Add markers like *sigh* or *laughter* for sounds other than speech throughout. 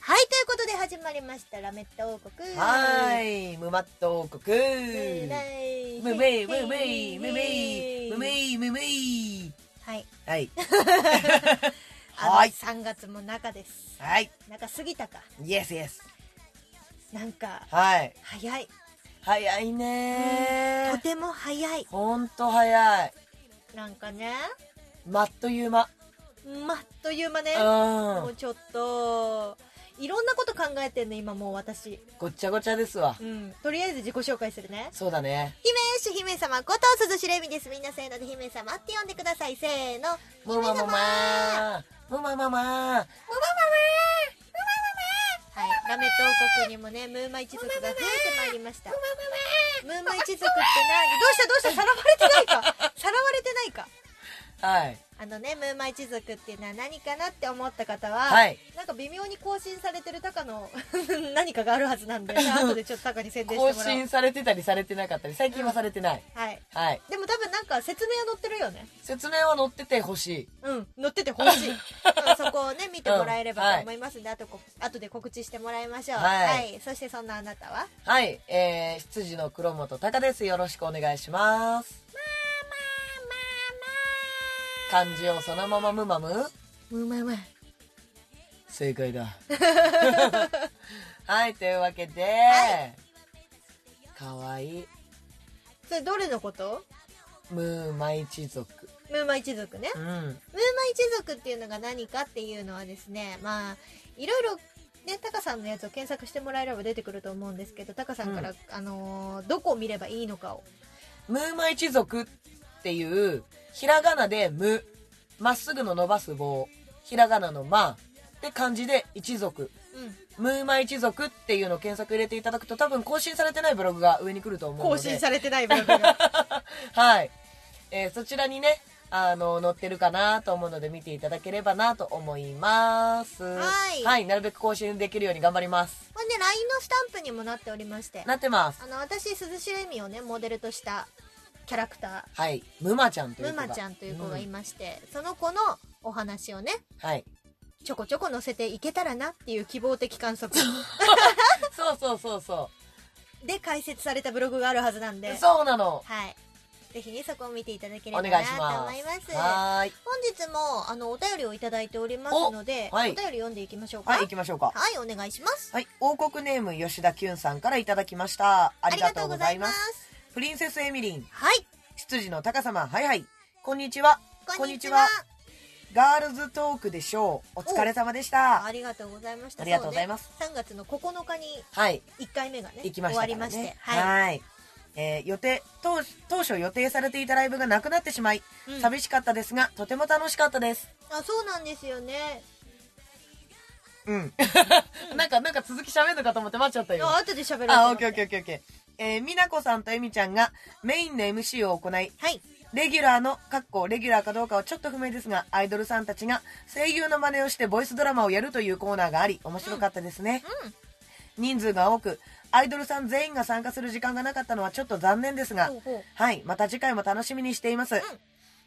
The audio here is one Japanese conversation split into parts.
はいということで始まりましたラメット王国はーい、ムマット王国ムムメイムメイムメイムメイムメイはい。はい、は。はいい3月も中です。はい、中過ぎたか。イエスイエスなんか、はい早い。早いとねても早い。ほんと早いなんかね、まっという間まあっという間ね。もううんちょっと、いろんなこと考えてんね、今もう私。ごっちゃごちゃですわうん。とりあえず自己紹介するね。そうだね姫主姫様こと鈴しれみです。みんなせーので姫様って呼んでください。せーの。ムマママムマママはい、ラメット王国にもね、ムーマイ一族が増えてまいりました。ムーマイ一族って何どうしたどうしたさらわれてないか *laughs* さらわれてないかはいあのね、ムーマイ一族っていうのは何かなって思った方は、はいなんか微妙に更新されてるタカの *laughs* 何かがあるはず *laughs* なんで、後でちょっとタカに宣伝しても更らおう。新されてたりされてなかったり最近はされてないはい。はいでも多分なんか説明は載ってるよね。説明は載っててほしいうん、載っててほ *laughs* しい。うんそこをね、見てもらえればと思いますんで、あとこ、後で告知してもらいましょう。はいはい、そしてそんなあなたははい、えー、羊の黒本隆です。よろしくお願いします。漢字をそのままむまむムーマイマイ。正解だ。 *laughs* はい、というわけで、かわいい、それどれのことムーマイ一族。ムーマ一族ねう。ん。ムーマ一族っていうのが何かっていうのはですね、まあ、いろいろ、ね、タカさんのやつを検索してもらえれば出てくると思うんですけど、タカさんから、うあのーどこを見ればいいのかを。ムーマイ一族っていう、ひらがなでム、まっすぐの伸ばす棒、ひらがなのま、で漢字で一族。うん。ムーマイ一族っていうのを検索入れていただくと多分更新されてないブログが上に来ると思うので更新されてないブ *laughs* ログが。はい、えーそちらにねあの載ってるかなと思うので見ていただければなと思いますはいなるべく更新できるように頑張りますほんで、LINE のスタンプにもなっておりまして、なってますあの、私、鈴代恵美をね、モデルとしたキャラクタはいムマちゃんとー、いうム子がマちゃんという子がいんまして、その子のお話をね、はいちょこちょこ載せていけたらなっていう希望的観測そうそうそうそで解説されたブログがあるはずなんでう。そうなのはい。ぜひね、そこを見ていただけれおば願ないと思しまいます。すはーい本日も、あの、お便りをいただいておりますので、お,、おはい便り読んでいきましょうか。はい行きましょうかはい、お願いします。はい王国ネーム吉田きゅんさんからいただきましたあありがとうございますす。プリンセスエミリンはい、執事の高様はいはいこんにちはこんにちは。ガールズトークでしょうお疲れ様でしたありがとうございました。ありがとうございますそうね、3月の9日にはい1回目がね、行きま終したわかりら、ね、まして、ははいえー予定当当初予定されていたライブがなくなってしまい、い。うん寂しかったですがとても楽しかったですあ、そうなんですよね。うん *laughs* なんかなんか続き喋るのかと思って待っちゃったよあ、後で喋ると思って。あオッケーオッケーオッケーオッケーえー、みなこさんとえみちゃんがメインの MC を行い、はい。レギュラーの、かっこレギュラーかどうかはちょっと不明ですが、アイドルさんたちが声優の真似をしてボイスドラマをやるというコーナーがあり、面白かったですね。うん人数が多く、アイドルさん全員が参加する時間がなかったのはちょっと残念ですが、ほうほうはい、また次回も楽しみにしています。ん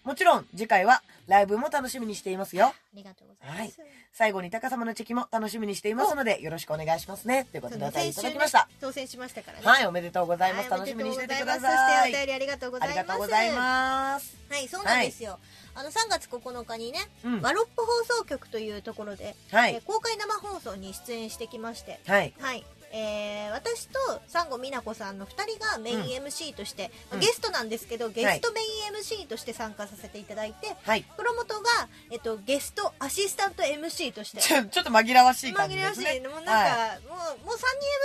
もちろん、次回はライブも楽しみにしていますよ。ありがとうございます。最後に高様のチェキも楽しみにしていますので、よろしくお願いしますね。ということそで、おの便りい先た週ねだきました。当選しましたからね。はい、おめでとうございます。はい楽しみにしていてくだおめさでとうございますそしてお便い。りありがとうござあいます。りがとうございます。はい、そうなんですよ。あの3月9日にね、うん。ワロップ放送局というところで、はえーい。公開生放送に出演してきまして、はい。はい、えー私とサンゴ美奈子さんの2人がメイン MC として、うんゲストなんですけど、ゲストメイン MC として参加させていただいて、はい。 *laughs* 黒本が、えっと、ゲストアシスタント MC として。ちょ、ちょっと紛らわしい感じ紛でらわすしいね。もうなんか、はもうもう3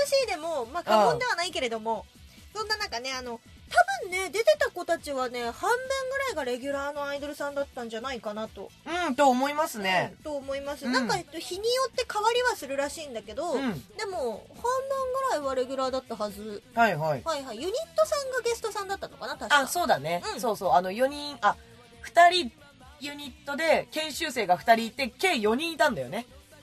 人 MC でも、まあ、過言ではないけれども、そんな中ねあの多分ね出てた子たちはね半分ぐらいがレギュラーのアイドルさんだったんじゃないかなと、うん、と思いますね。と思います、うんなんか、えっと、日によって変わりはするらしいんだけど、うん。でも半分ぐらいはレギュラーだったはずはいはい。はいはいユニットさんがゲストさんだったのかな確かあ、そうだね。うんそうそう。あの、4人、あ、2人ユニットで研修生が2人いて、計4人いたんだよね。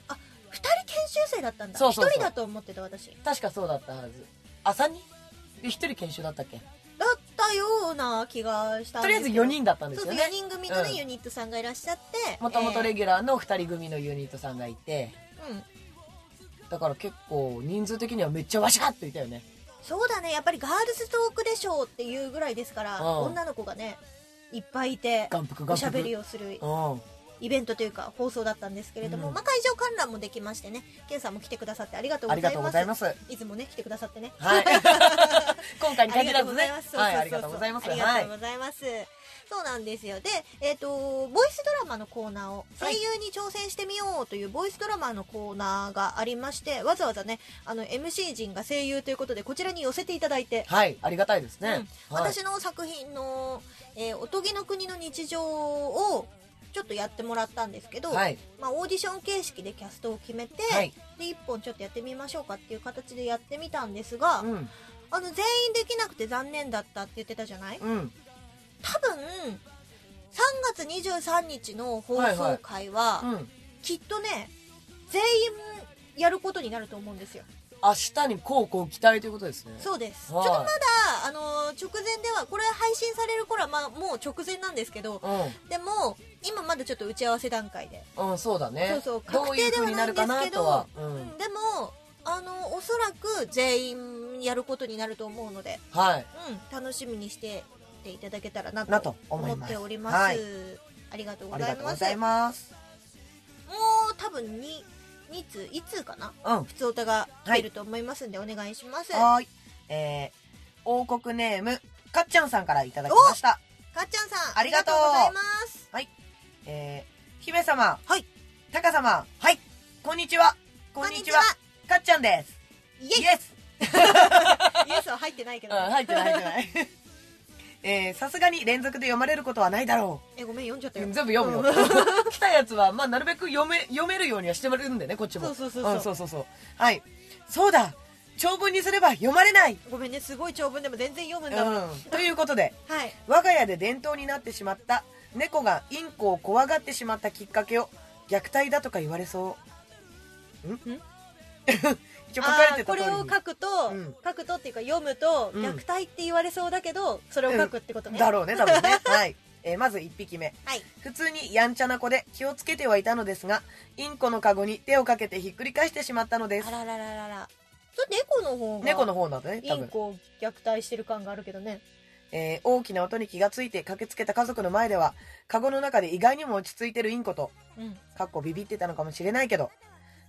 2人研修生だったんだそうそうそう1人だと思ってた私確かそうだったはず。あ、3人で、1人研修だったっけだったような気がしたんとでりあすえずけど4人だったんですそうそようね4。人組のね、うんユニットさんがいらっしゃってもともとレギギュラーの2人組のユニットさんがいて、ュ、うんだから結構人数的にはめっちゃわしゃっていたよね。そうだねやっぱりガールズトークでしょうっていうぐらいですから、うん女の子がねいっぱいいて眼福お眼しゃべり福。をするうん。イベントというか放送だったんですけれども、うんまあ、会場観覧もできましてねケンさんも来てくださってありがとうあござりいまがすとうございます。いつもね来てくださってねはい。 *laughs* 今回にありがと限らうごずざいねま。す。はい、ありがとうございます。ありはがとうい。ございます。そうなんですよ。で、えっ、と、ボイスドラマのコーナーを声はい優に挑戦してみようというボイスドラマのコーナーがありまして、わざわざね、あの MC 陣が声優ということでこちらに寄せていただいて、はい、ありがたいですね。うんはい私の作品の、えーおとぎの国の日常をちょっとやってもらったんですけど、はい。まあオーディション形式でキャストを決めて、はい。で一本ちょっとやってみましょうかっていう形でやってみたんですが、うん。あの全員できなくて残念だったって言ってたじゃないうん。多分3月23日の放送回は、うん。きっとね全員やることになると思うんですよ明日にこうこう期待ということですね。そうですちょはっいとまだあの直前ではこれ配信される頃は、まあ、もう直前なんですけどでも今まだちょっと打ち合わせ段階で、うん。うん、そうだね。そうそうど確うい定でう風はなにないんるでかすなけとどは。うんうん。でもあのおそらく全員やることになると思うので、はい。うん、楽しみにしてっていただけたらななとと思思いっます。ております、はい。ありがとうあごりざがいとうごますざいます。もう多分に2通1通かなうん。普通歌が入ると思いますんでお願いします、はーい。えー、王国ネーム、かっちゃんさんからいただきました。かっちゃんさんありがとうありがとうございますえー、姫様。はい。タカ様。はい。こんにちは。こんにちは。かっちゃんです。イエイイイエス。エスは入ってないけうどん、ね、入ってない、入ってない。 *laughs* えー、さすがに連続で読まれることはないだろ *laughs* えごめん読んじゃったう。よ全部読むよ。 *laughs* 来たやつは、まあ、なるべく読め、読めるようにはしてもらえるんでね、こっちも。そうそうそうそうんそうそうそう。はい。そうだ長文にすれば読まれない *laughs* ごめんねすごい長文でも全然読むんだもん、うん。ということで、はい我が家で伝統になってしまった猫がインコを怖がってしまったきっかけを虐待だとか言われそう。んん *laughs* 一応書かれあてーこた通りれにを書くと、うん書くとっていうか読むと、うん虐待って言われそうだけどそれを書くってことね、だろうね、多分ね。はい。えーまず1匹目。はい普通にやんちゃな子で気をつけてはいたのですがインコのカゴに手をかけてひっくり返してしまったのですあらららららそれ猫の方が猫の方なんだねイ多ン分、コを虐待してる感があるけどねえー大きな音に気がついて駆けつけた家族の前ではカゴの中で意外にも落ち着いてるインコとうんかっこビビってたのかもしれないけど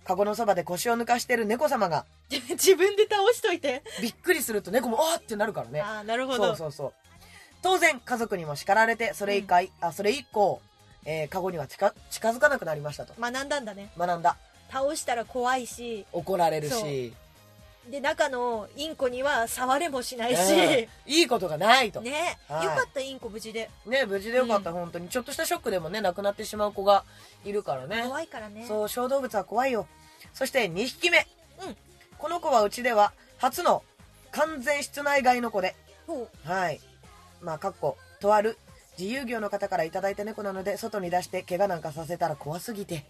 カゴのそばで腰を抜かしてる猫様が *laughs* 自分で倒しといて、びっくりすると猫も「あっ!」ってなるからねああなるほどそうそうそう当然家族にも叱られてそれ以外、あそれ以降、えーカゴには近近づかなくなりましたと学んだんだね学んだ倒したら怖いし怒られるそうしで中のインコには触れもしないし、うんいいことがないとねね、はいよかったインコ無事で無事でよかった、本当にちょっとしたショックでもね亡くなってしまう子がいるからね怖いからねそう小動物は怖いよそして2匹目、うんこの子はうちでは初の完全室内外の子でほうはいまあかっことある自由業の方からいただいた猫なので外に出して怪我なんかさせたら怖すぎ *laughs* て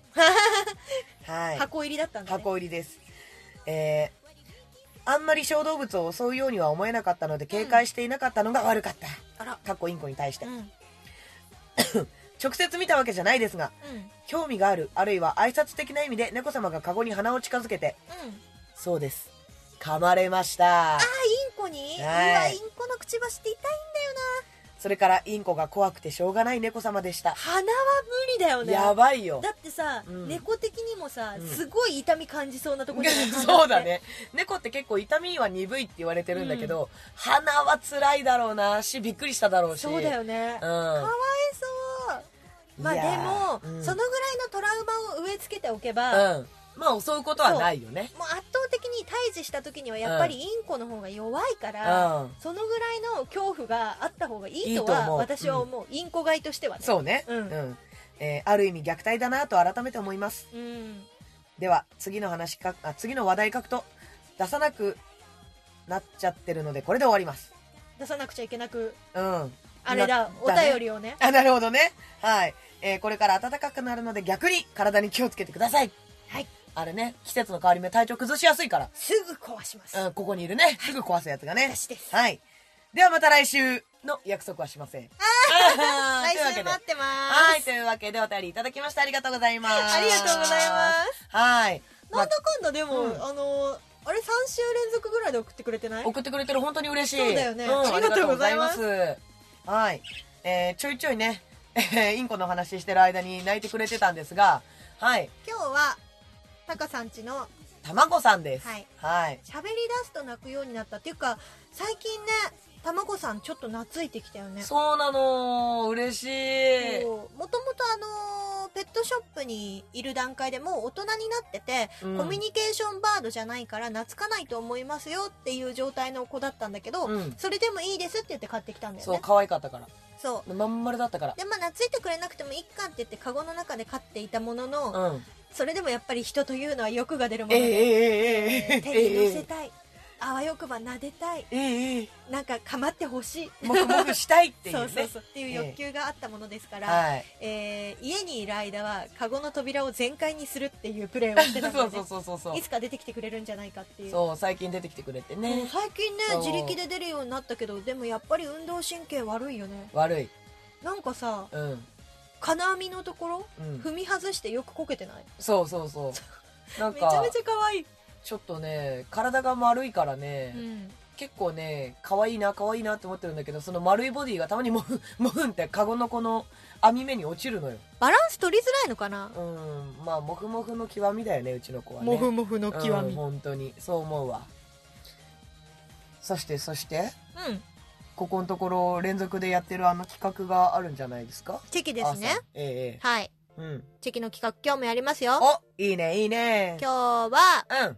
はい箱入りだったんだ、ね、箱入りです、えー、あんまり小動物を襲うようには思えなかったので警戒していなかったのが悪かった、あらかっこインコに対してうんうん直接見たわけじゃないですが興味があるあるいは挨拶的な意味で猫様がカゴに鼻を近づけてうんそうです噛まれましたあインコに、はいうわインコのくちばしって痛いんだよそれからインコが怖くてしょうがない猫様でしたな鼻は無理だよねやばいよだってさ、うん猫的にもさ、うんすごい痛み感じそうなと *laughs* ころそうだね猫って結構痛みは鈍いって言われてるんだけど、鼻は辛いだろうなしびっくりしただろうしそうだよね、うん、そうまあいでやーも、うんそのぐらいのトラウマを植え付けておけば、もううんまあ襲うことはないよね圧倒的に対峙した時にはやっぱりインコの方が弱いから、うん。そのぐらいの恐怖があった方がいいといいとは思う私は思う、インコ買いとしてはねそうね。うんえーある意味虐待だなと改めて思います。うんでは、次の話か、あ、次の話題書くと、出さなくなっちゃってるので、これで終わります。出さなくちゃいけなくうん。あれだおだね便りをねあ、なるほどね。はい。えーこれから暖かくなるので、逆に体に気をつけてください。はい。あれね、季節の変わり目、体調崩しやすいから。すぐ壊します、うん、ここにいるね。すぐ壊すやつがね。私ですはい。ではまた来週の約束はしません。あ来週待ってますはい、というわけでお便りいただきました。ありがとうございます。。ありがとうございますはい。まなあんだかんだでも、うんあのーあれ3週連続ぐらいで送ってくれてない送ってくれてる本当に嬉しい。そうだよねんありがとうございまありがとうございます。はい。えーちょいちょいね、えーインコの話してる間に泣いてくれてたんですが、はい。今日はタカさんちのたまごさんです。はい。はい。喋り出すと泣くようになったっていうか最近ねたまごさんちょっと懐いてきたよねそうなの嬉しい。こうもともとあのーペットショップにいる段階でもう大人になってて、うんコミュニケーションバードじゃないから懐かないと思いますよっていう状態の子だったんだけど、うんそれでもいいですって言って買ってきたんだよそう、ね可愛かったから。そうまん丸だったから。でまあ懐いてくれなくてもいっかって言ってカゴの中で飼っていたものの、うん。それでもやっぱり人というのは欲が出るもえのえで、ええええええ手に乗せたい、あわよくば撫でたいええええなんかかまってほしいもくもくしたいっていうそね。うそうそうっていう欲求があったものですから、はい。えー家にいる間はカゴの扉を全開にするっていうプレーをしてたので、そね、うそうそうそうそうい。つか出てきてくれるんじゃないかっていうそう、最近出てきてくれてもうね。最近ねそう自力で出るようになったけどでもやっぱり運動神経悪いよね悪い。なんかさうん。金網のところ、うん踏み外してよくこけてないそうそう *laughs* そう。なんめちゃかめ、ちゃ可愛い、ちょっとね、体が丸いからね、うん結構ね、可愛いな、可愛いなって思ってるんだけど、その丸いボディがたまにもふん、 *laughs* もふんってカゴのこの網目に落ちるのよ。バランス取りづらいのかなうん。まあ、もふもふの極みだよね、うちの子はね。もふのうん本当に。そう思うわ。そして、そして、うんここのところ連続でやってるあの企画があるんじゃないですかチェキですね朝ええはいええ。うん。チェキの企画今日もやりますよおいいね、いいね。今日はうん。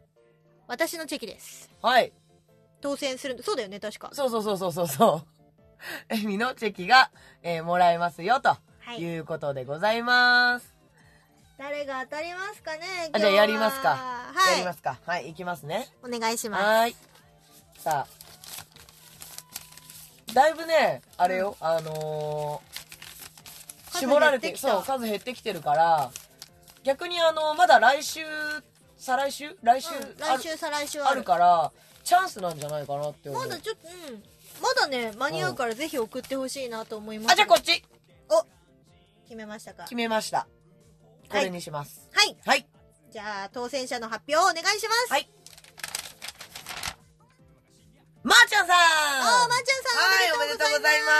私のチェキですはい。当選するそうだよね確かそうそうそうそうそうそう。 *laughs* えみのチェキが、えーもらえますよ、とはいいうことでございます。誰が当たりますかねあじゃあやりますか。やりはまいすか。はい、いきますね。お願いしますはーい。さあ。だいぶね、あれよ、あのー数絞られ減てってきたそう、数減ってきてるから、逆にあのまだ来週、再来週来週、うんあ来る週再来週はあるから、チャンスなんじゃないかなって思う。まだちょっとうんまだね間に合うからぜひ送ってほしいなと思いますあ、じゃあこっちお決めましたか決めました。これにします。はいはい。じゃあ当選者の発表をお願いしますはい。まー、ちゃんさんおーまーちゃんさんはい、おおめめででととううごござざいいま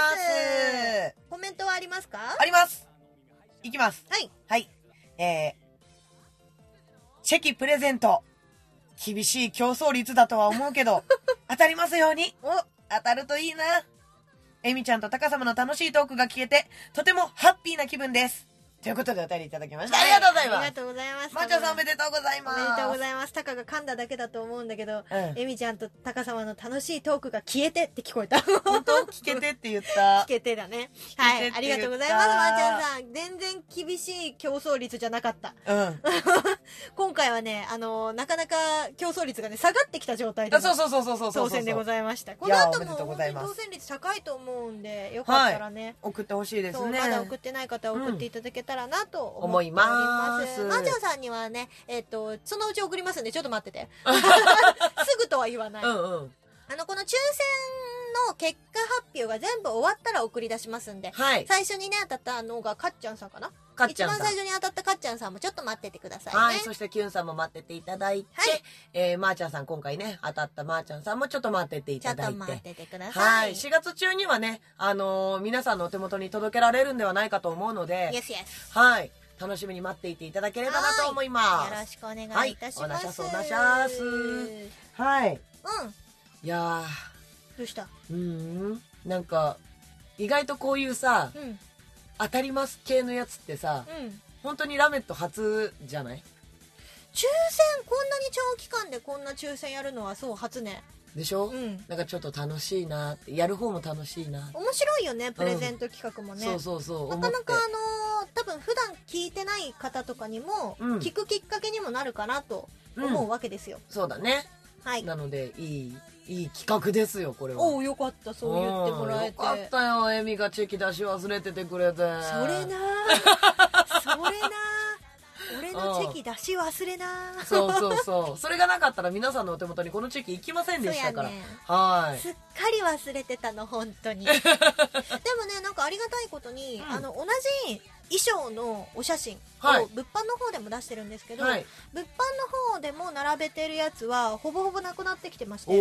ますす。コメントはありますかあります。いきます。はいはい。えー、チェキプレゼント。厳しい競争率だとは思うけ *laughs* ど、当たりますように。お当たるといいな。エミちゃんとタカ様の楽しいトークが聞けて、とてもハッピーな気分です。ということでお便りいただきました。ありがとうございあまりがす。とうございますまーちゃんさんおめでとうございおます。めでとうございます。タカが噛んだだけだと思うんだけど、うんエミちゃんとタカ様の楽しいトークが消えてって聞こ *laughs* えた。本当聞けてって言った。消えてだね。は消えい。てあってり言がったとうございます、まーちゃんさん。全然厳しい競争率じゃなかった。うん。今回はね、あのーなかなか競争率がね、下がってきた状態であのそうそうそうそうそうそう。当選でございました。こいのやー後おめもでとうご本ざ当いにます当選率高いと思うんで、よかったらね。送ってほしいですそうね。まだ送ってない方は送っていただけたらなと思思っていおりま。ますすまーちゃんさんにはね、えっ、と、そのうち送りますんで、ちょっと待って *laughs* て。すぐとは言わない。うあんうん。の、この抽選の結果発表が全部終わったら送り出しますんで、はい。最初にね、当たったのがかっちゃんさんかなかっちゃん一さ番。ん最初に当たったかっちゃんさんもちょっと待っててくださいね。はい。そして、キュンさんも待ってていただいて、はいえー、まーちゃんさん、今回ね、当たったまーちゃんさんもちょっと待ってていちょたっだといて。待っててくださ。はいい。4月中にはね、あのー皆さんのお手元に届けられるんではないかと思うので、イエスイエス。はい。楽しみに待っていていただければなと思います。よろしくお願いいたします。はいおなしゃすおなしゃはい。うん。いやどうしたー、うーん。なんか、意外とこういうさう、ん。うん。当たります系のやつってさ、本当にラメット初じゃない抽選こんなに長期間でこんな抽選やるのはそう初ねでしょ、うんなんかちょっと楽しいなってやる方も楽しいな、面白いよねプレゼント企画もね、そうそうそうな思かってなかあのー多分普段聞いてない方とかにもうん聞くきっかけにもなるかなと思うわけですよ、そうだね、はいなのでいいいい企画ですよこれはおおよかったそう言ってもらえてうんよかったよエミがチェキ出し忘れててくれてそれなそれな俺のチェキ出し忘れな *laughs* そうそうそうそれがなかったら皆さんのお手元にこのチェキ行きませんでしたから、そうやねはすっかり忘れてたの本当 *laughs* にでもねなんかありがたいことに、うんあの同じ衣装のお写真をはい物販の方でも出してるんですけいど、はい物販の方でも並べてるやつはほぼほぼなくなってきてましてお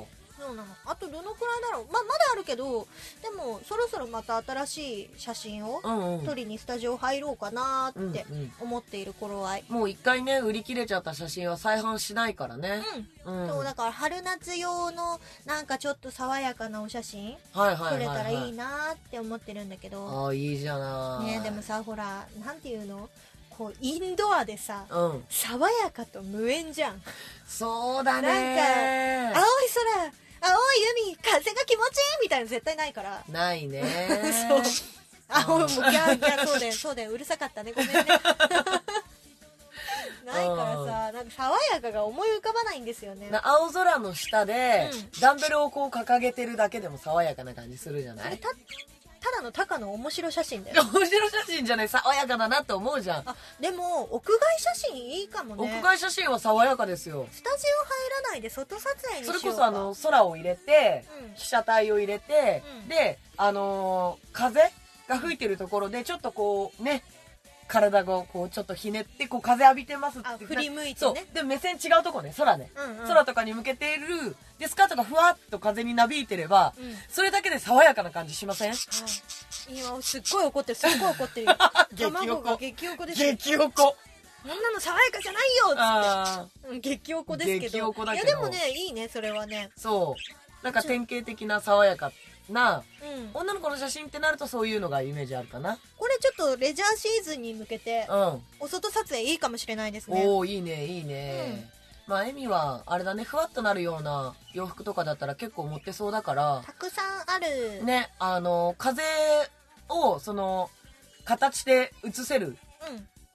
おそうなのあとどのくらいだろう、まあ、まだあるけどでもそろそろまた新しい写真をうんうん撮りにスタジオ入ろうかなうんうーってん思っている頃合いもう一回ね売り切れちゃった写真は再販しないからねうん、うんそうはだから春夏用のなんかちょっと爽やかなお写真い撮はいれたはらいいはいいなーって思ってるんだけど、ああいいじゃないねでもさほらなんていうのこうインドアでさうん爽やかと無縁じゃんそうだね青い空青い海風が気持ちいいみたいなの絶対ないからないね *laughs* そうあ、もうギャーギャー、そう *laughs* だよ、そうだよ、うるさかったね、ごめんね。ないからさ、なんか爽やかが思い浮かばないんですよね。な青空の下で、うダンベルをこう掲げてるだけでも爽やかな感じするじゃそなれいた、ただのタカの面白写真だ *laughs* よ。面白写真じゃない爽やかだなって思うじゃん、あ、でも、屋外写真いいかもね屋。外写真は爽やかですよスタジオ入らないで外撮影にしそようれかこそあの空を入れて、うん被写体を入れて、うんであのー風が吹いてるところでちょっとこうね体がこうちょっとひねってこう風浴びてますってあ、振り向いそてうね。で目線違うとこね空ね、うんうん空とかに向けているでスカートがふわっと風になびいてれば、うんそれだけで爽やかな感じしません。はい今、すっごい怒ってる、すっごい怒ってるよ激怒卵が激おこですよ。激おここんなの爽やかじゃないよっつってああうん激おこですけど。激おこだけどいや、でもね、いいね、それはね。そうなんか典型的な爽やかなうん。女の子の写真ってなるとそういうのがイメージあるかなこれちょっとレジャーシーズンに向けてうんお外撮影いいかもしれないですねおおいいねいいね、まあエミはあれだねふわっとなるような洋服とかだったら結構持ってそうだからたくさんある、ねあの風をその形で写せる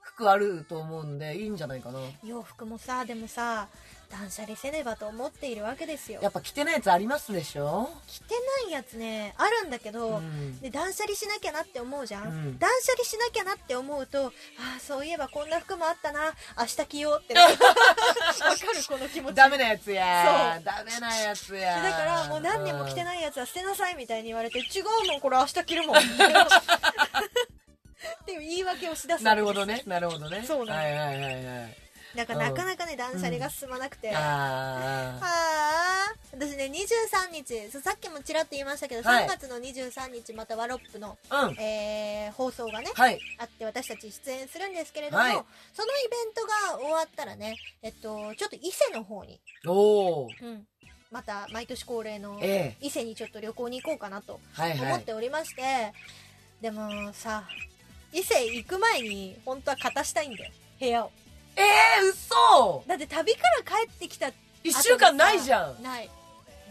服あると思うんでいいんじゃないかなうん、洋服もさでもさ断捨離せねばと思っているわけですよやっぱ着てないやつありますでしょ着てないやつねあるんだけうど、んで断捨離しなきゃなって思うじゃん、うん断捨離しなきゃなって思うとああそういえばこんな服もあったな明日着ようって *laughs* なるわかるこの気持ちダメなやつやダメなやつやだからもう何年も着てい、ないやつは捨てなさいみたいに言われて違うもんこれ明日着 *laughs* るもんっていう言い訳をしだすなるほどどねなるほどねそうなのはいはいはいはいなんかうんなかなかね断捨離が進まなくて、ああああ私ね23日そうさっきもちらっと言いましたけど、はい3月の23日またワロップの、うんえー放送がねはいあって私たち出演するんですけれども、はいそのイベントが終わったらねえっとちょっと伊勢の方に、おおうん、また毎年恒例のええ伊勢にちょっと旅行に行こうかなとはいは思っいておりまして、でもさ伊勢行く前に本当は片したいんだよ部屋をええー、嘘だって旅から帰ってきた一週間ないじゃんない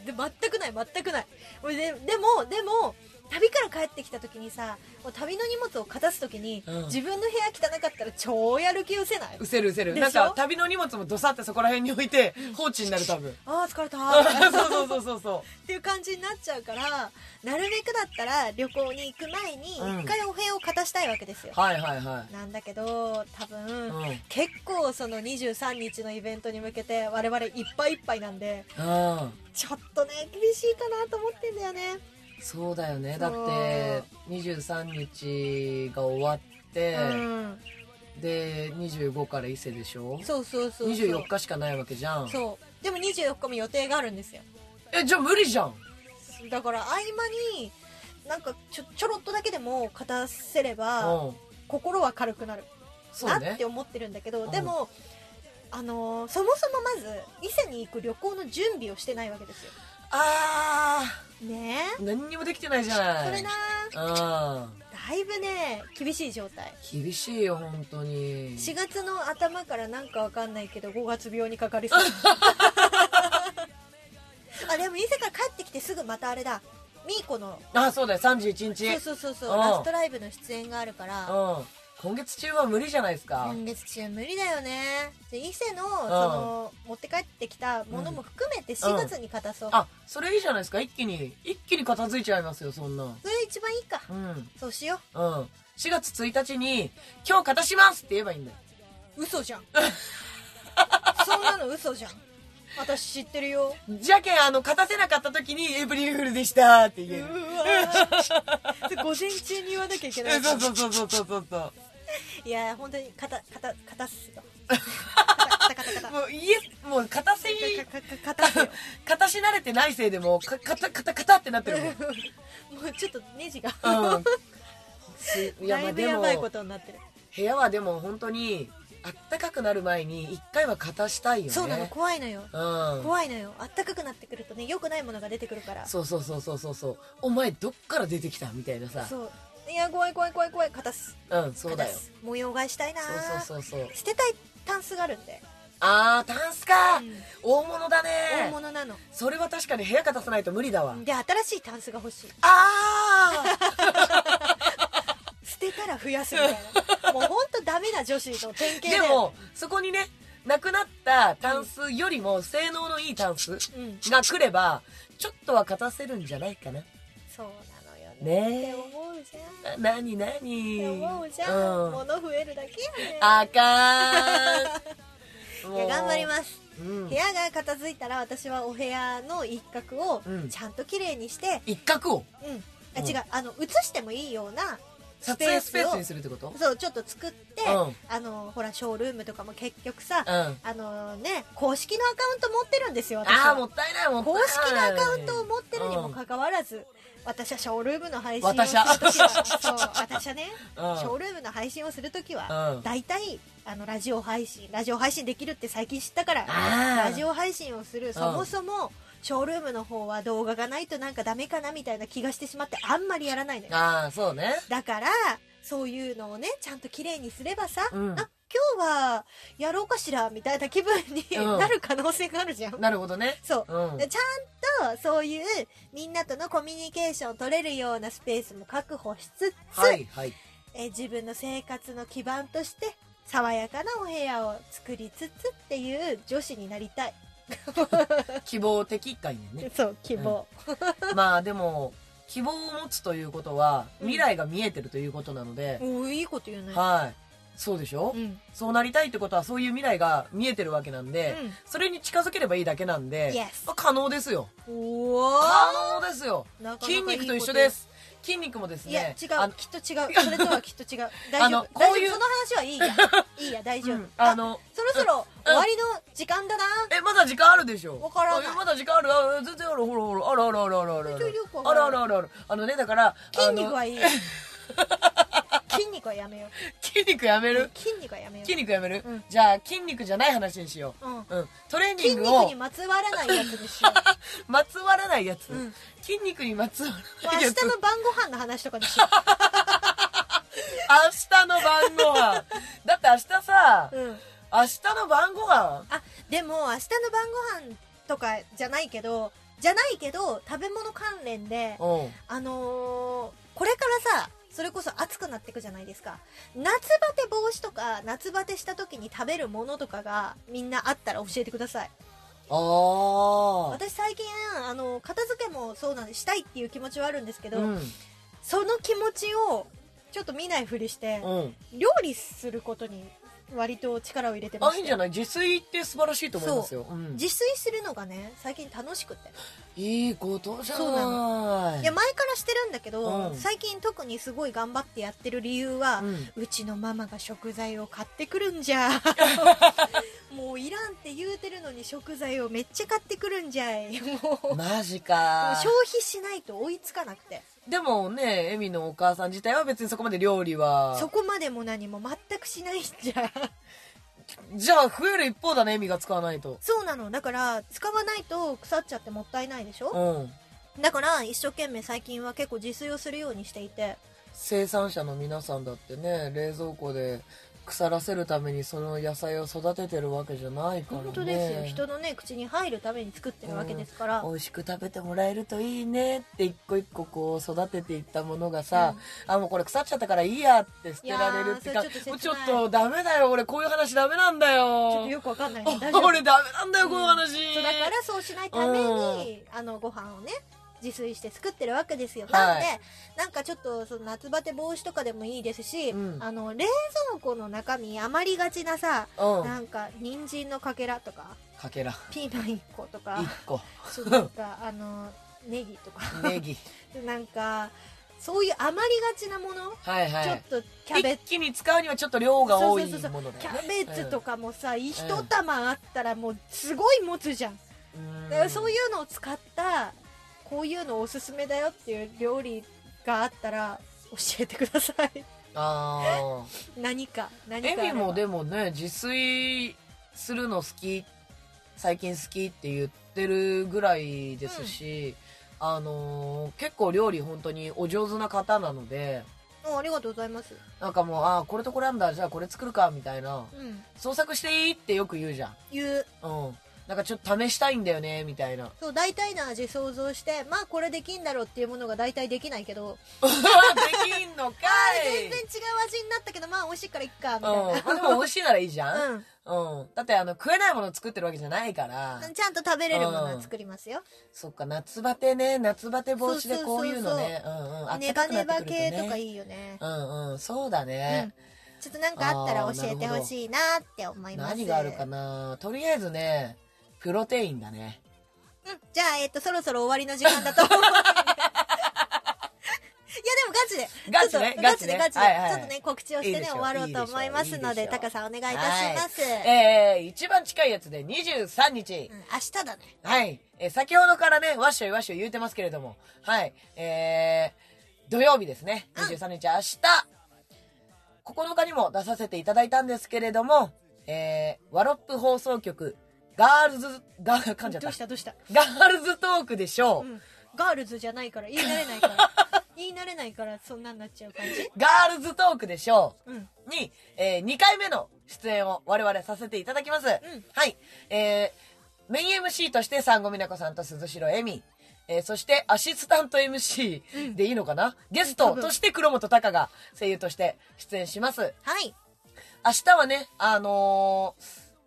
で全くない全くないもうででもでも旅から帰ってきた時にさもう旅の荷物を片す時に、うん自分の部屋汚かったら超やる気失せないうせるうせるでしょなんか旅の荷物もどさってそこら辺に置いて放置になる多分 *laughs* あー疲れたそーう *laughs* そうそうそうそっていう感じになっちゃうからなるべくだったら旅行に行く前にうん一回お部屋を片したいわけですよう、はいはいはなんだけど多い分、うんうん結構その23日のイベントに向けて我々いっぱいいっぱいなんでちょっとね厳しいかなと思ってんだよねそうだよねだって23日が終わって、うんで25から伊勢でしょそうそうそうそう24日しかないわけじゃんそうでも24日も予定があるんですよえじゃあ無理じゃんだから合間になんかちょちょろっとだけでも片たせればうん心は軽くなるそうなねって思ってるんだけうどんでもあのーそもそもまず伊勢に行く旅行の準備をしてないわけですよああねえ何にもできてないじゃないそれなーうんだいぶがね、厳しい状態。厳しいよ、本当に。 4月の頭からなんかわかんないけど、5月病にかかりそう。あ、でも、伊勢から帰ってきてすぐまたあれだ。ミーコの、あ、そうだよ、31日。そうそうそうそう、ラストライブの出演があるから、うん。今月中は無理じゃないですか。今月中無理だよね。で伊勢の、その、持って帰ってきたものも含めて4月に片そう。あ、それいいじゃないですか。一気に、一気に片付いちゃいますよ、そんなん。それ一番いいか。うん。うん。そうしよ4月1日に、今日片しますって言えばいいんだよ。う。嘘じゃん。 *laughs* そんなの嘘じゃん。私知ってるよ。じゃけん、あの、片せなかった時に、エブリルフールでしたって言えうる。わで午前中に言わなきゃいけないそうそうそうそうそうそうそう。いや本当に肩肩肩っす *laughs* よ肩肩肩もう家、もう片せに、肩肩っすよ片し慣れてないせいでもう、か、かた、かた、かたってなって *laughs* るもん。もうちょっとネジがうん。いや、だまあいぶでやも、ばいことになってる部屋はでも本当に、あったかくなる前に、一回は片したいよね。そうなの怖いのようん。怖いのよあったかくなってくるとね良くないものが出てくるからそうそうそうそうそうそうお前どっから出てきたみたいなさそういや怖い怖い怖い怖い肩っすうんそう肩っだよす模様替えしたいなそうそうそうそう捨てたいタンスがあるんで、あータンスか、うん大物だ大ね物なのそれは確かに部屋片さないと無理だわ、で新しいタンスが欲 *laughs* しいあー捨てたら増やすみたいなもうほんとダメな女子の典型だでよもそこにねなくなったタンスよりも性能のいいタンスうんが来ればちょっとは片せるんじゃないかなそうなのよねってね思うじゃんえなになにって思うじゃん、うん、物増えるだけやねあかーんいや頑張りますす、うん部、屋が片付いたら私はお部屋の一角をうんちゃんと綺麗にして、一角をうんあうん違うあの映してもいいような撮影スペースをにするってことそうちょっと作って、うんあのほらショールームとかも結局さ、うんあのね公式のアカウント持ってるんですよ私はああもったいないもったい公ない式のアカウントを持ってるにもかかわらず、私はショールームの配信をするときはそう私はね、うんショールームの配信をするときうはん大体、あのラジオ配信ラジオ配信できるって最近知ったからあーラジオ配信をするそもそもショールームの方は動画がないとなんかダメかなみたいな気がしてしまってあんまりやらないのよああそうねだからそういうのをねちゃんと綺麗にすればさ、うんあ今日はやろうかしらみたいな気分にうんなる可能性があるじゃん、なるほどねそううんでちゃんとそういうみんなとのコミュニケーションを取れるようなスペースも確保しつつ、はいはいえー自分の生活の基盤として爽やかなお部屋を作りつつっていう女子になりたい、希望的概念ねそう希望、 *laughs* まあでも希望を持つということはうん未来が見えてるということなので、おーいいこと言うね、はいそうでしょ、うんそうなりたいってことはそういう未来が見えてるわけなんで、うんそれに近づければいいだけなんで、 Yes まあ可能ですよおお可能ですよなかなかいい筋こと肉と一緒です筋肉もですねいや違うあきっと違うそれとはきっと *laughs* 違うあ大丈の夫大丈こう夫いうその話はいい *laughs* やいいや大丈夫、うんあのそろそろ終わりの時間だな、え、まだ時間あるでしょわからないあまだ時間ある。あ全然ある。ほらほら。あるあるあるあるある。あちょいちるょいよくあわかるらあなるいあるある。あのね、だから。筋肉あのはい *laughs* いよ筋肉はやめよう筋肉やめる筋肉はやめよう筋肉やめる、うんじゃあ、筋肉じゃない話にしようんう。うん。トレーニ筋ン肉グをに、まつわらないやつにし *laughs* ようまつわらないやつ、うん筋肉にまつわらまあない明や日つ。の晩ご飯の話とかにしよ明日の晩 *laughs* ご飯。だって明日さ、う、うん明日の晩ご飯あでも明日の晩ご飯とかじゃないけどじゃないけど食べ物関連でうん。あのーこれからさそれこそ暑くなっていくじゃないですか夏バテ防止とか夏バテした時に食べるものとかがみんなあったら教えてくださいあ私最近あの片付けもそうなんでしたいっていう気持ちはあるんですけあ。ど、うん。その気持ちをちょっと見ないふりしてうん。料理することに割と力を入れてまあ、すいいんじゃない自炊って素晴らしいと思いますよ。うん。自炊するのがね最近楽しくていいことじゃそうなない。いや前からしてるんだけど、うん最近特にすごい頑張ってやってる理由は、うんうちのママが食材を買ってくるんじ *laughs* ゃもういらんって言うてるのに食材をめっちゃ買ってくるんじゃいもうマジか消費しないと追いつかなくてでもねエミのお母さん自体は別にそこまで料理はそこまでも何も全くしないんじゃじゃあ増える一方だねエミが使わないとそうなのだから使わないと腐っちゃってもったいないでしょうんだから一生懸命最近は結構自炊をするようにしていて生産者の皆さんだってね冷蔵庫で腐らせるためにその野菜を育ててるわけじゃないからね本当ですよ人のね口に入るために作ってるわけですから、美味しく食べてもらえるといいねって一個一個こう育てていったものがさ、あもうこれ腐っちゃったからいいやって捨てられるっていやかーそれちょもっとうち切ょないっとダメだよ俺こういう話ダメなんだちょっよとよくわかんないね大丈あ夫俺ダメなんだよこういう話、そうだからそうしないために、あのご飯をね自炊して作ってるわけですよ、なはいんでなんかちょっとその夏バテ防止とかでもいいですし、うんあの冷蔵庫の中身余りがちなさ、うんなんか人参のかけらとかかけらピーマン1個とか1個そうなんかあのネギとか *laughs* ネギなんかそういう余りがちなもの、はいはいちょっとキャベ一気に使うにはちょっと量が多いもそうのそうそだよねキャベツとかもさ、一玉あったらもうすごい持つじゃんうんだからそういうのを使ったこういうのおすすめだよっていう料理があったら教えてください *laughs* あ何か何ーかあれエばミもでもね自炊するの好き最近好きって言ってるぐらいですし、あのー結構料理本当にお上手な方なのでうんありがとうございますなんかもうああこれとこれなんだじゃあこれ作るかみたいなうん創作していいってよく言うじゃん言ううんなんかちょっと試したいんだよねみ *laughs* たいなそう大体の味想像してまあこれできんだろうっていうものが大体できないけどできんのか全然違うい味になったけどまあ美味しいからいっかみうん、たいまあでも美味しいならいいじゃんな、うんうん。だってあの、食えないものを作ってるわけじゃないから。ちゃんと食べれるものは作りますよ、そっか、夏バテね、夏バテ防止でこういうのね。うんうん。あネったバかくネなってバくるとね系とかいいよねうんうん、そうだうねん。ちょっとなんかあったら教えてほしいなって思います何があるかなとりあえずね、プロテインだね。うんじゃあ、えっと、そろそろ終わりの時間だと思う。い *laughs* や、でもガチで。ガチちねょっとガガチチでねガチで。はいはいちょっとね、告知をしていいね、でしょ終わろうと思いますのいいでで、しょタカさんお願いいたします。えー、一番近いやつで23日う。ん、明日だね。はい。えー先ほどからね、わっしょいわっしょい言うてますけれども。はい。えー、土曜日ですね。23日、明日、9日にも出させていただいたんですけれども、えー、ワロップ放送局、ガールズ、ガー、噛んじどゃったうし。たどうしたガールズトークでしうょう。ん。ガールズじゃないから、言い慣れない *laughs* から。言い慣れないから、そんなんなっちゃう感じガールズトークでしょう。うん。に、え2回目の出演を我々させていただきます。はい。えーメイン MC として産後美奈子さんと鈴代恵美。えーそしてアシスタント MC でいいのかな、ゲス多ト分として黒本隆が声優として出演します。はい。明日はね、あの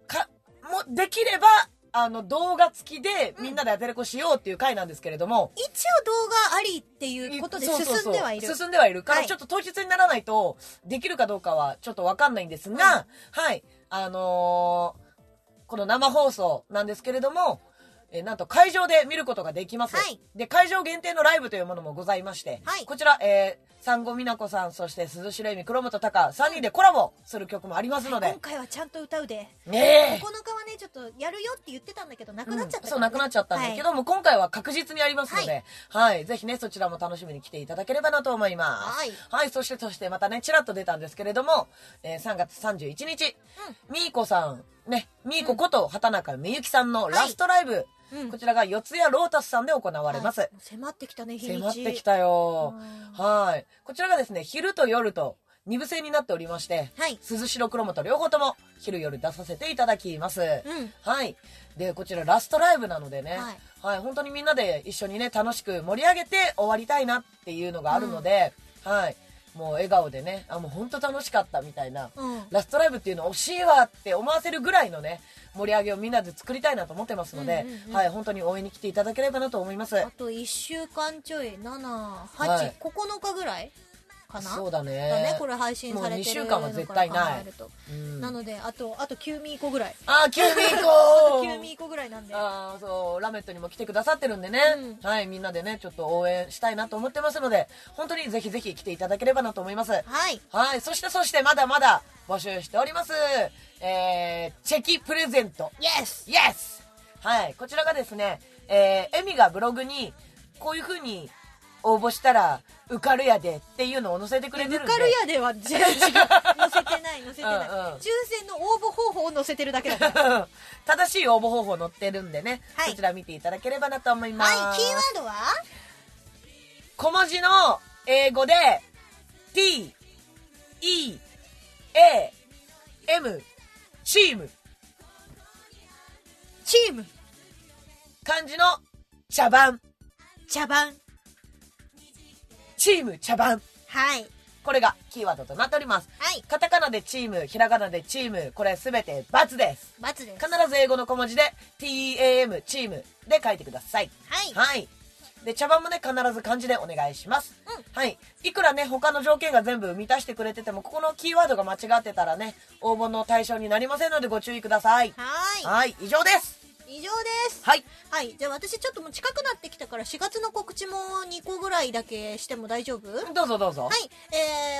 ーか、も、できれば、あの、動画付きでみんなでアテレコしようっていう回なんですけれども、一応動画ありっていうことでそうそうそう進んではいる。進んではいるから、はいちょっと当日にならないと、できるかどうかはちょっとわかんないんですが、はい。あのーこの生放送なんですけれども、えーなんと会場で見ることができます。はいで、会場限定のライブというものもございまして、はいこちら、えー、産後美奈子さん、そして鈴代恵美、黒本隆、3人でコラボする曲もありますので今、回はちゃんと歌うで。9ねえ日はね、ちょっとやるよって言ってたんだけど、なくなっちゃったからね、そう、なくなっちゃったんだけども、今回は確実にありますので、はい、ぜひね、そちらも楽しみに来ていただければなと思います。はいそして、そして、またね、ちらっと出たんですけれども、えー3月31日、みーこさん、ね、みーここと畑中みゆきさんのラストライブ、はいうんこちらが四谷ロータスさんで行われます。はいもう迫ってきたね、日に迫っち。てきたようん。はい。こちらがですね、昼と夜と二部制になっておりまして、はい鈴代黒本両方とも昼夜出させていただきます。んはい。で、こちらラストライブなのでね、ははいい、本当にみんなで一緒にね、楽しく盛り上げて終わりたいなっていうのがあるので、はい。もう笑顔でね、あ、もう本当楽しかったみたいな、うんラストライブっていうの惜しいわって思わせるぐらいのね、盛り上げをみんなで作りたいなと思ってますのうで、んうんうんはい、本当に応援に来ていただければなと思います。あと1週間ちょい、7、8、はい9日ぐらいかなそうだねだね、これ配信されてるもう2週間は絶対なのから考えいうるとんなので、あと、あと9ミー個ぐらい。あーキ *laughs* ュービーあ行とこ9うミー個ぐらいなんで。はあーそうラメットにも来てくださってるんでね、うんはいみんなでねちょっと応援したいなと思ってますので本当にぜひぜひ来ていただければなと思いますい。はいそしてそしてまだまだ募集しておりますえー、チェキプレゼントイエスイエスはい、こちらがですね、えー、エミがブログに、こういう風に応募したら、受かるやでっていうのを載せてくれてるんで。ぬかるやでは全然違う。載せてない、載せてない。うんうん抽選の応募方法を載せてるだけだから。 *laughs* 正しい応募方法載ってるんでね、はいそちら見ていただければなと思い *laughs* ます。はい、キーワードは小文字の英語で、 T E A M チームチーム、漢字の茶番茶番。チーム茶番はい。これがキーワードとなっておりますはい。カタカナでチームひらがなでチームこれすべて×です罰です。必ず英語の小文字で TAM チームで書いてくださいはい。はい。で、茶番もね、必ず漢字でお願いします。うんはい。いくらね、他の条件が全部満たしてくれてても、ここのキーワードが間違ってたらね、応募の対象になりませんのでご注意ください。ははい、以上です。い。以上です。はい。はい。じゃあ私ちょっともう近くなってきたから4月の告知も2個ぐらいだけしても大丈夫どうぞどうぞ。はい、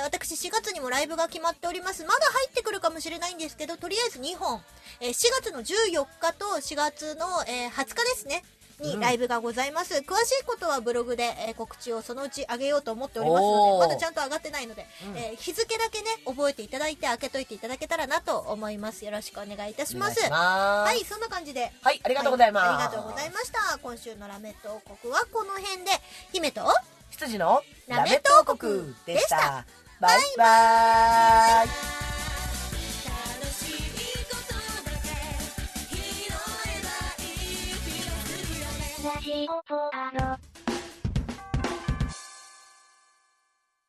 えー、私4月にもライブが決まっております。まだ入ってくるかもしれないんですけど、とりあえず2本。えー4月の14日と4月の、えー20日ですね。うんにライブがございます。詳しいことはブログで、えー告知をそのうち上げようと思っておりますのおーで、まだちゃんと上がってないので、うんえー日付だけね、覚えていただいて開けといていただけたらなと思います。よろしくお願いいたしおま願いす。します。はい、そんな感じで。はい、ありがとうございます。はありがとうございました。今週のラメット王国はこの辺で、姫と、羊のララメメッットト王王国国ででししたた。バイバーイ。楽しいことだけ拾えばいいラジオポアド。